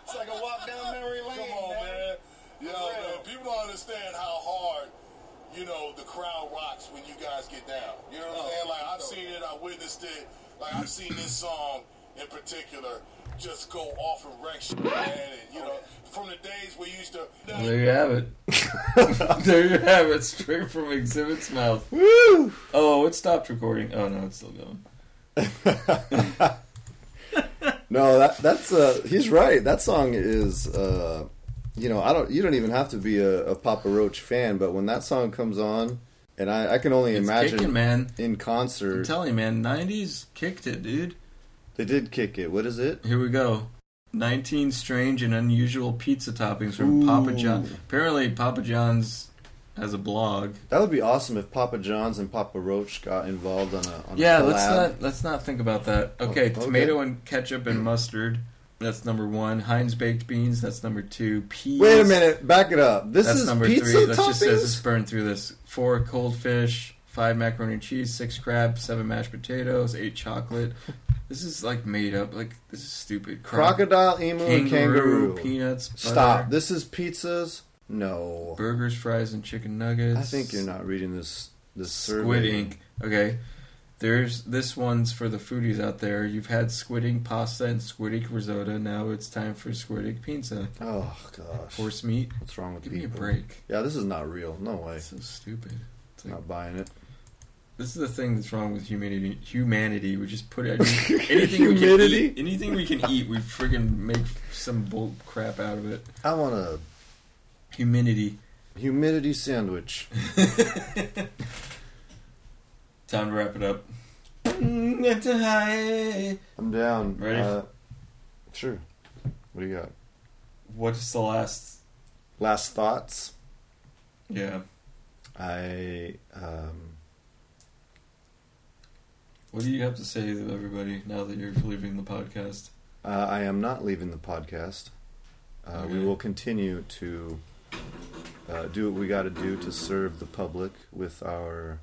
S6: It's like a walk down memory lane. Come on, man. Yo, man, people don't understand how hard, you know, the crowd rocks when you guys get down. You know what I'm saying? Like, I've seen it, I witnessed it. Like, I've seen this song in particular just go off in wreck shit, man. And, you know, from the days we used to.
S1: There you have it. there you have it, straight from Exhibit's mouth.
S2: Woo!
S1: Oh, it stopped recording. Oh no, it's still going.
S2: No, that that's uh he's right. That song is uh you know, I don't you don't even have to be a, a Papa Roach fan, but when that song comes on and I, I can only
S1: It's
S2: imagine
S1: kicking, man.
S2: in
S1: I'm
S2: concert
S1: telling you, man, '90s kicked it, dude.
S2: they did kick it. What is it?
S1: Here we go. 19 strange and unusual pizza toppings from Papa John. Apparently, Papa John's has a blog.
S2: That would be awesome if Papa John's and Papa Roach got involved on a on
S1: Yeah,
S2: a collab. Oh,
S1: let's not let's not think about that. Okay,
S2: okay.
S1: tomato and ketchup and mustard. That's number one. Heinz baked beans. That's number two. Peas.
S2: Wait a minute, back it up. This
S1: That's
S2: is
S1: number
S2: pizza
S1: three.
S2: toppings.
S1: Let's just let's just burn through this. Four cold fish, five macaroni and cheese, six crab, seven mashed potatoes, eight chocolate. This is like made up. Like this is stupid. Cro-
S2: Crocodile, emu, and kangaroo.
S1: peanuts. Butter,
S2: Stop. This is pizzas. No,
S1: Burgers, fries, and chicken nuggets.
S2: I think you're not reading this. This
S1: Squid
S2: survey.
S1: Ink. Okay. There's this one's for the foodies out there. You've had squid ink pasta and squid ink risotto. Now it's time for squid ink pizza.
S2: Oh gosh,
S1: Horse meat.
S2: what's wrong with
S1: Give me a
S2: people?
S1: break.
S2: Yeah, this is not real. No way.
S1: That's so stupid. It's like,
S2: Not buying it.
S1: This is the thing that's wrong with humanity. Humanity, we just put anything, anything we can
S2: Humidity?
S1: eat. Anything we can eat, we friggin' make some bull crap out of it.
S2: I want a
S1: Humidity.
S2: humidity sandwich.
S1: Time to wrap it up. What
S2: I'm down.
S1: Ready?
S2: Uh, sure. What do you got?
S1: is the last?
S2: Last thoughts.
S1: Yeah.
S2: I um,
S1: What do you have to say to everybody now that you're leaving the podcast?
S2: uh, I am not leaving the podcast. Uh, We
S1: Okay.
S2: will continue to uh, do what we got to do to serve the public with our,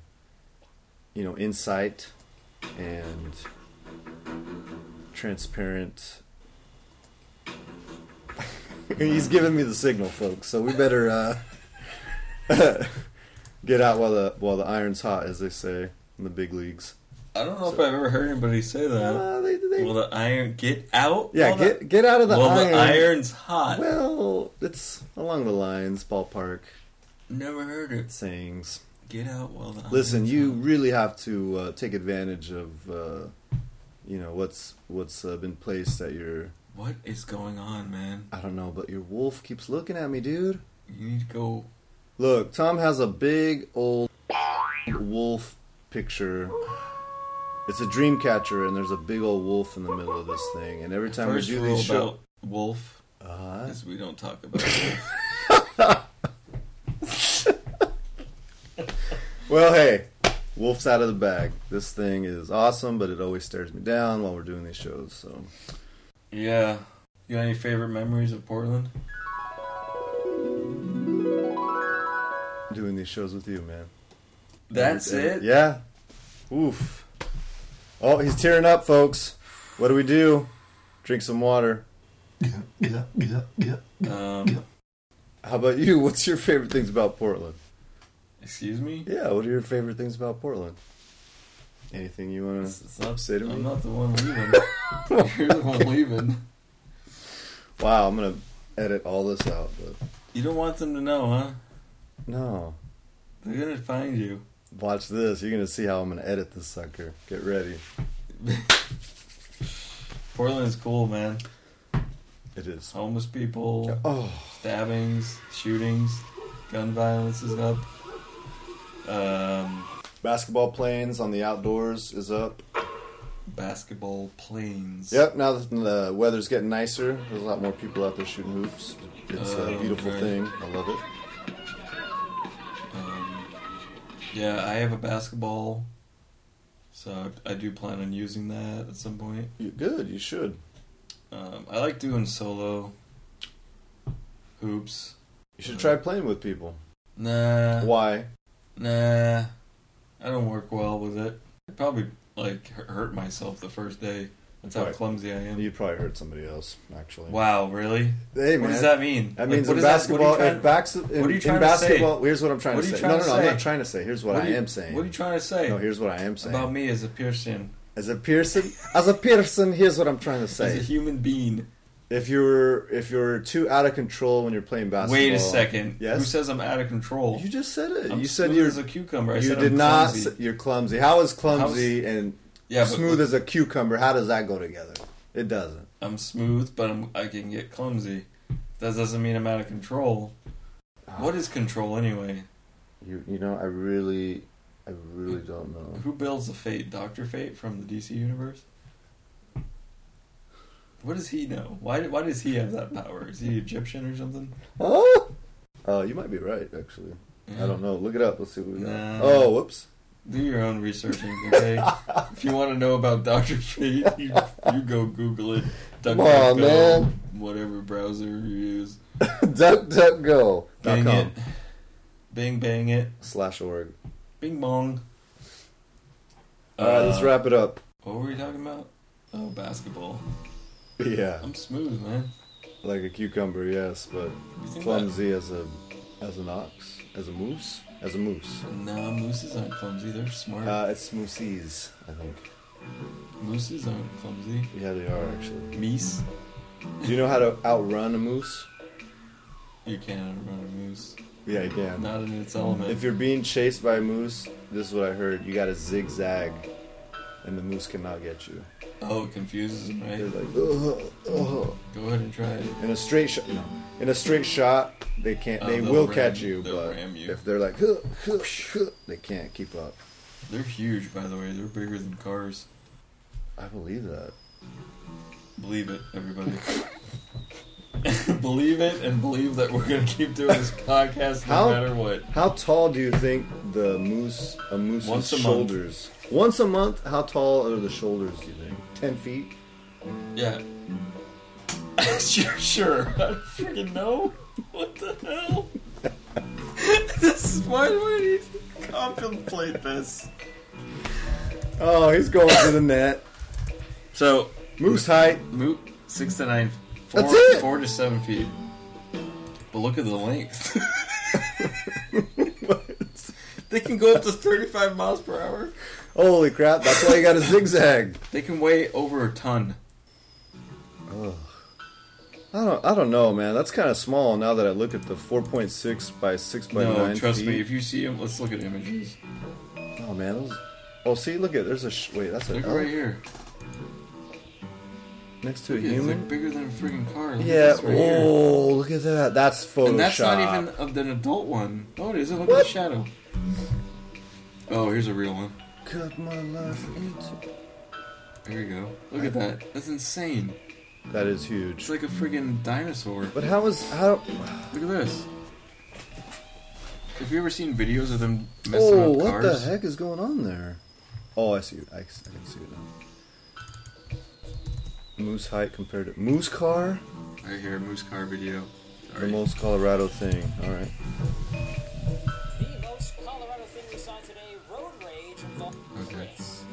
S2: you know, insight and transparent. He's giving me the signal, folks. So we better uh, get out while the while the iron's hot, as they say in the big leagues.
S1: I don't know if I've ever heard anybody say that.
S2: Uh, they- they-
S1: Will the iron get out?
S2: yeah,
S1: while
S2: get
S1: the,
S2: get out of the
S1: while
S2: iron.
S1: the iron's hot.
S2: Well, it's along the lines, ballpark
S1: Never heard it.
S2: sayings.
S1: Get out while the iron's
S2: Listen, you
S1: hot.
S2: really have to uh, take advantage of, uh, you know, what's what's uh, been placed at your.
S1: What is going on, man?
S2: I don't know, but your wolf keeps looking at me, dude.
S1: You need to go
S2: Look, Tom has a big old wolf picture. It's a dream catcher, and there's a big old wolf in the middle of this thing. And every time
S1: First
S2: we do
S1: rule
S2: these shows,
S1: about wolf
S2: uh,
S1: is we don't talk about wolf.
S2: well, hey, wolf's out of the bag. This thing is awesome, but it always stares me down while we're doing these shows. So.
S1: yeah. You got any favorite memories of Portland?
S2: doing these shows with you, man.
S1: That's it.
S2: Yeah. Oof. Oh, he's tearing up, folks. What do we do? Drink some water.
S4: Yeah, yeah, yeah.
S1: Um,
S2: How about you? What's your favorite things about Portland?
S1: excuse me.
S2: Yeah, what are your favorite things about Portland? Anything you want
S1: It's,
S2: to
S1: it's not,
S2: say to
S1: I'm
S2: me?
S1: not the one leaving. You're the one leaving.
S2: Wow, I'm gonna edit all this out. But
S1: You don't want them to know, huh?
S2: no,
S1: They're gonna find you.
S2: watch this. You're gonna see how I'm gonna edit this sucker. Get ready.
S1: Portland's cool, man.
S2: It is.
S1: Homeless people,
S2: Oh,
S1: stabbings, shootings, gun violence is up. Um,
S2: basketball planes on the outdoors is up.
S1: basketball planes.
S2: Yep, now that the weather's getting nicer, there's a lot more people out there shooting hoops. It's a
S1: Oh,
S2: beautiful
S1: great.
S2: thing. I love it.
S1: Yeah, I have a basketball So I I do plan on using that at some point.
S2: You good? You should.
S1: Um, I like doing solo hoops.
S2: You should
S1: Uh,
S2: try playing with people.
S1: Nah,
S2: Why?
S1: nah, I don't work well with it. I probably like hu- hurt myself the first day. That's how
S2: Right.
S1: clumsy I am.
S2: You probably hurt somebody else, actually.
S1: Wow, really?
S2: Hey,
S1: What
S2: man.
S1: does that mean?
S2: That
S1: Like,
S2: means
S1: what
S2: in
S1: is that-
S2: basketball,
S1: what are you
S2: if
S1: trying-
S2: backs, in,
S1: what are you
S2: in
S1: trying to say?
S2: basketball, here's what I'm trying
S1: What
S2: to
S1: are you
S2: say.
S1: trying
S2: no,
S1: to
S2: no, no, I'm
S1: say?
S2: not trying to say. Here's what,
S1: what
S2: I
S1: are you-
S2: am saying.
S1: What are you trying to say
S2: no, here's what I am saying.
S1: about me as a Pearson,
S2: As a Pearson, as a Pearson, here's what I'm trying to
S1: as a
S2: say.
S1: human being?
S2: If you're if you're too out of control when you're playing basketball,
S1: Wait a second.
S2: Yes?
S1: Who says I'm out of control?
S2: You just said it.
S1: I'm
S2: you said
S1: smooth
S2: you're
S1: as a cucumber. I
S2: you
S1: said
S2: did
S1: I'm
S2: not.
S1: clumsy.
S2: s- You're clumsy. How is clumsy and
S1: yeah, but
S2: smooth as a cucumber? How does that go together? It doesn't.
S1: I'm smooth, but I'm, I can get clumsy. That doesn't mean I'm out of control.
S2: Ah.
S1: What is control anyway?
S2: You you know I really I really don't know.
S1: Who builds the Fate? Doctor Fate from the DC universe? What does he know? Why why does he have that power? Is he Egyptian or something?
S2: Oh, uh, you might be right actually. I don't know. Look it up. Let's see what we got.
S1: Nah.
S2: Oh, whoops.
S1: Do your own research, okay? if you want to know about Doctor Fate, you, you go Google it.
S2: Come on, man.
S1: Whatever browser you use. Bang it.
S2: DuckDuckGo.com
S1: Bing bang it.
S2: slash org.
S1: Bing bong.
S2: All right, let's
S1: Uh,
S2: wrap it up.
S1: What were we talking about? Oh, basketball.
S2: Yeah,
S1: I'm smooth, man.
S2: like a cucumber, yes, but
S1: You think
S2: clumsy as a as an ox, as a moose, as a moose.
S1: That? Nah, mooses aren't clumsy. They're smart.
S2: Uh, it's mooses, I think.
S1: mooses aren't clumsy.
S2: Yeah, they are actually.
S1: Meese.
S2: Do you know how to outrun a moose?
S1: You can't outrun a moose.
S2: Yeah, you can.
S1: Not in its element.
S2: If you're being chased by a moose, this is what I heard. You got to zigzag, and the moose cannot get you.
S1: oh, it confuses them,
S2: They're
S1: right?
S2: like, ugh, ugh.
S1: Go ahead and try it.
S2: in a straight shot. No, in a straight shot, they can't.
S1: Oh,
S2: They
S1: they'll
S2: will
S1: ram-
S2: catch you,
S1: they'll
S2: but
S1: ram you.
S2: if they're like, huh, huh, huh, they can't keep up.
S1: They're huge, by the way. They're bigger than cars.
S2: I believe that.
S1: Believe it, everybody. believe it and believe that we're gonna keep doing this podcast no
S2: How-
S1: matter what.
S2: How tall do you think the moose a moose's
S1: Once a month.
S2: shoulders? Once a month, how tall are the shoulders? Do you think ten feet?
S1: Yeah. sure, sure. I don't freaking know. What the hell? this is why do I need to contemplate this?
S2: Oh, he's going to the net.
S1: So,
S2: Moose height.
S1: moot six to nine, four,
S2: That's it.
S1: four to seven feet. But look at the length. they can go up to thirty-five miles per hour.
S2: Holy crap! That's why you got to zigzag.
S1: They can weigh over a ton.
S2: I don't. I don't know, man. That's kind of small. Now that I look at the four point six by six by
S1: no,
S2: nine.
S1: trust
S2: feet.
S1: me. If you see them, let's look at images.
S2: Oh man, those. Oh, see, look at there's a sh- wait. That's an
S1: Look
S2: elk
S1: right here.
S2: next to a
S1: Look at it, They're
S2: human.
S1: bigger than a freaking car. Look at
S2: Yeah.
S1: this right here.
S2: Oh, look at that. That's Photoshop.
S1: And that's not even of an adult one. Oh, it is. Look at
S2: What?
S1: the shadow. Oh, here's a real one.
S2: Cut my life into.
S1: There you go. Look at that. That's insane.
S2: That is
S1: It's
S2: huge.
S1: like a friggin' dinosaur.
S2: But how is how?
S1: Look at this. Have you ever seen videos of them messing
S2: Oh,
S1: up
S2: what
S1: cars?
S2: the heck is going on there? Oh, I see. I, I can see it now. Moose height compared to moose car.
S1: Right here, moose car video.
S2: The
S1: Sorry.
S2: most Colorado thing. All right.
S8: The most Colorado thing we saw today, road rage involved
S1: Okay.
S8: Chris.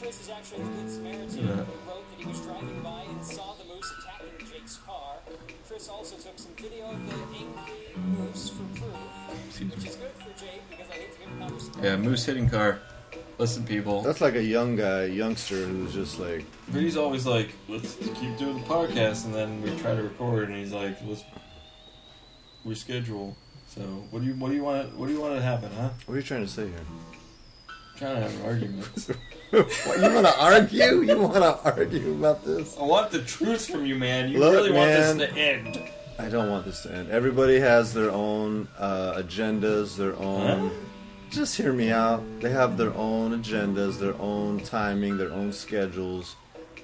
S8: Chris is actually the Good Samaritan
S1: Yeah.
S8: on the road that he was driving by and saw the moose attacking Jake's car. Chris also took some video of the angry moose for proof, which is good for Jake because I hate to give him conversation.
S1: Yeah, moose hitting car. Listen, people.
S2: That's like a young guy, youngster who's just like,
S1: But he's always like, let's keep doing the podcast, and then we try to record, and he's like, let's reschedule. So what do you what do you want what do you want to happen, huh?
S2: what are you trying to say here?
S1: trying to have an argument.
S2: What, you want to argue? You want to argue about this?
S1: I want the truth from you, man. You
S2: Look,
S1: really want
S2: man.
S1: this to end.
S2: I don't want this to end. Everybody has their own uh, agendas, their own. Just hear me out. They have their own agendas, their own timing, their own schedules.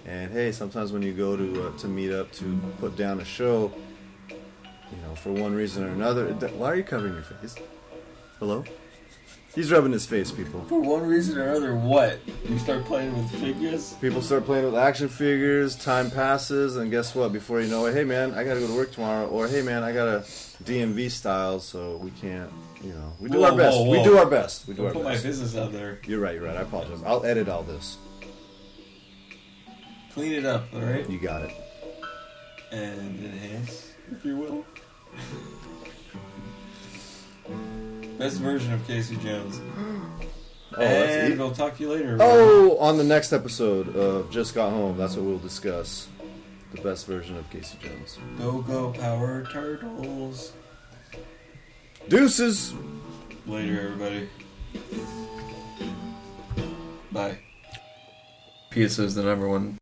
S2: And hey, sometimes when you go to uh, to meet up to put down a show, you know, for one reason or another, it, why are you covering your face? Hello? He's rubbing his face, people.
S1: For one reason or another, what? You start playing with figures?
S2: People start playing with action figures, time passes, and guess what? Before you know it, hey man, I gotta go to work tomorrow, or hey man, I got a DMV style, so we can't, you know, we do
S1: Whoa,
S2: our best.
S1: whoa,
S2: We
S1: whoa.
S2: do our best. We do
S1: Don't put
S2: our
S1: my
S2: best.
S1: business out there.
S2: You're right, you're right. I apologize. I'll edit all this.
S1: Clean it up, alright?
S2: You got it.
S1: And enhance, if you will. Best version of Casey Jones. and
S2: Oh, that's e-
S1: we'll talk to you later.
S2: Oh, on the next episode of Just Got Home, that's what we'll discuss. The best version of Casey Jones.
S1: Go go power turtles.
S2: Deuces!
S1: Later, everybody. Bye. Pizza is the number one